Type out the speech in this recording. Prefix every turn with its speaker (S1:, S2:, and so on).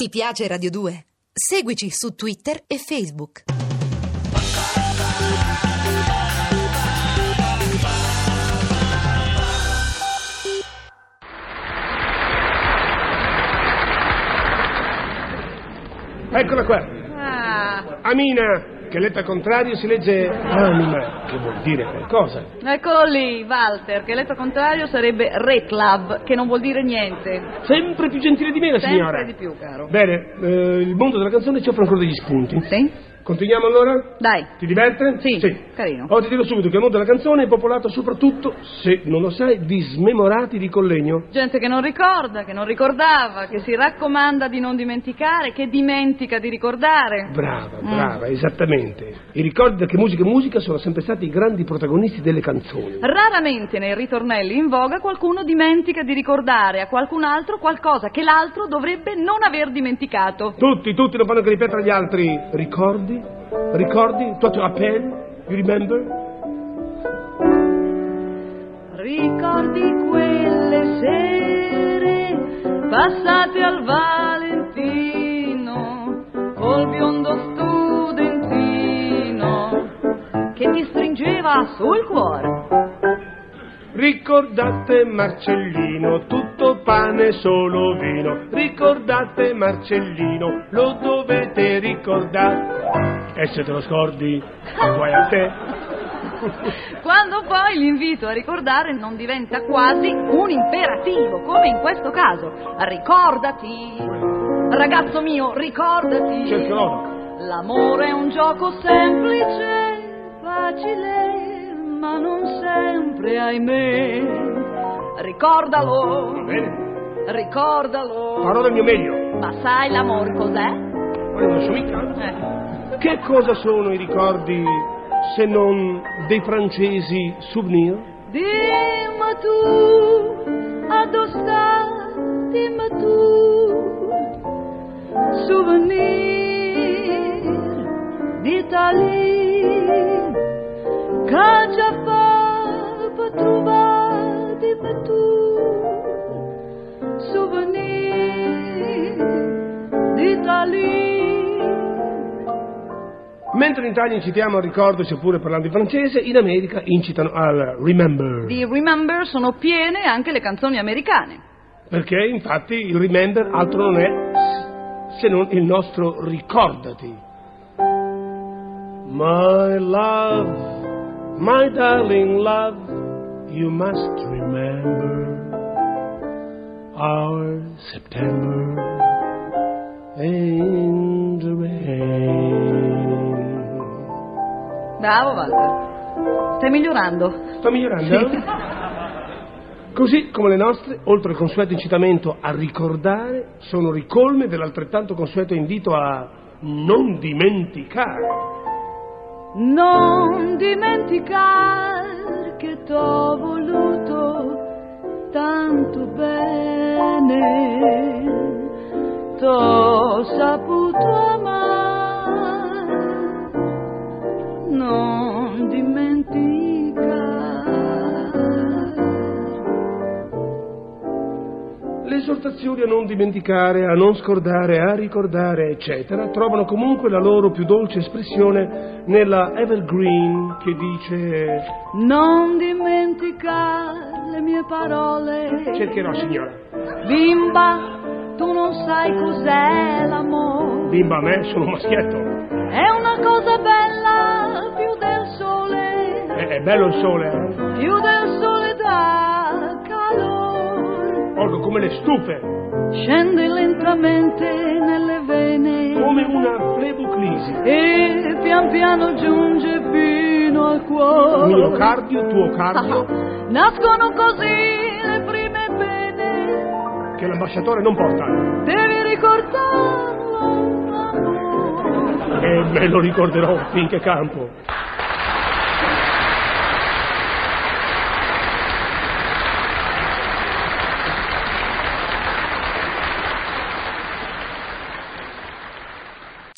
S1: Ti piace Radio 2? Seguici su Twitter e Facebook.
S2: Eccola qua.
S3: Ah,
S2: Amina, che letta al contrario si legge anima, che vuol dire qualcosa.
S3: eccolo ecco lì, Walter, che letto contrario sarebbe Reclab, che non vuol dire niente.
S2: Sempre più gentile di me la
S3: Sempre
S2: signora.
S3: di più, caro.
S2: Bene, eh, il mondo della canzone ci offre ancora degli spunti.
S3: Sì?
S2: Continuiamo allora?
S3: Dai.
S2: Ti diverte?
S3: Sì, carino.
S2: Oh, ti dico subito che il mondo della canzone è popolato soprattutto, se non lo sai, di smemorati di collegno.
S3: Gente che non ricorda, che non ricordava, che si raccomanda di non dimenticare, che dimentica di ricordare.
S2: Brava,
S3: Mm.
S2: brava, esattamente. I ricordi che musica e musica sono sempre stati i grandi protagonisti delle canzoni.
S3: Raramente nei ritornelli in voga qualcuno dimentica di ricordare a qualcun altro qualcosa che l'altro dovrebbe non aver dimenticato.
S2: Tutti, tutti non fanno che ripetere agli altri. Ricordi? Ricordi? Toi tu appel? You remember?
S3: Ricordi quelle sere passate al Valentino col biondo studentino che ti stringeva sul cuore.
S2: Ricordate Marcellino, tutto pane solo vino. Ricordate Marcellino, lo dovete ricordare. E se te lo scordi, guai a te.
S3: Quando poi l'invito a ricordare non diventa quasi un imperativo, come in questo caso. Ricordati, ragazzo mio, ricordati.
S2: Cercherò.
S3: L'amore è un gioco semplice, facile, ma non sempre, ahimè.
S2: Va
S3: Ricordalo,
S2: bene?
S3: ricordalo.
S2: Farò del mio meglio.
S3: Ma sai l'amor cos'è?
S2: Poi non so mica.
S3: Eh.
S2: Che cosa sono i ricordi se non dei francesi souvenirs?
S3: Dimmi tu, addossa, dimmi tu, souvenir d'Italie, che già fa per trovare, dimmi tu, souvenir d'Italie.
S2: Mentre in Italia incitiamo al ricordo, seppure parlando in francese, in America incitano al remember.
S3: Di Remember sono piene anche le canzoni americane.
S2: Perché infatti il remember altro non è se non il nostro ricordati. My love, my darling love, you must remember our September and the rain.
S3: Bravo Walter. Stai migliorando.
S2: Sto migliorando? Così come le nostre, oltre al consueto incitamento a ricordare, sono ricolme dell'altrettanto consueto invito a non dimenticare.
S3: Non dimenticare che t'ho voluto tanto bene, t'ho saputo amare, non dimenticare.
S2: Le esortazioni a non dimenticare, a non scordare, a ricordare, eccetera, trovano comunque la loro più dolce espressione nella Evergreen che dice
S3: Non dimenticare le mie parole.
S2: cercherò signora.
S3: Bimba, tu non sai cos'è l'amore.
S2: Bimba a me, sono un maschietto.
S3: È una cosa bella più del sole,
S2: È, è bello il sole, eh?
S3: più del sole dà calore.
S2: Olgo come le stufe,
S3: Scende lentamente nelle vene
S2: come una pleboclisi.
S3: e pian piano giunge fino al
S2: mio
S3: cuore.
S2: cardio, tuo
S3: Ah.
S2: cardio,
S3: Nascono così le prime pene,
S2: che l'ambasciatore non porta.
S3: devi ricordarlo. amore.
S2: E Eh, me lo ricorderò finché campo.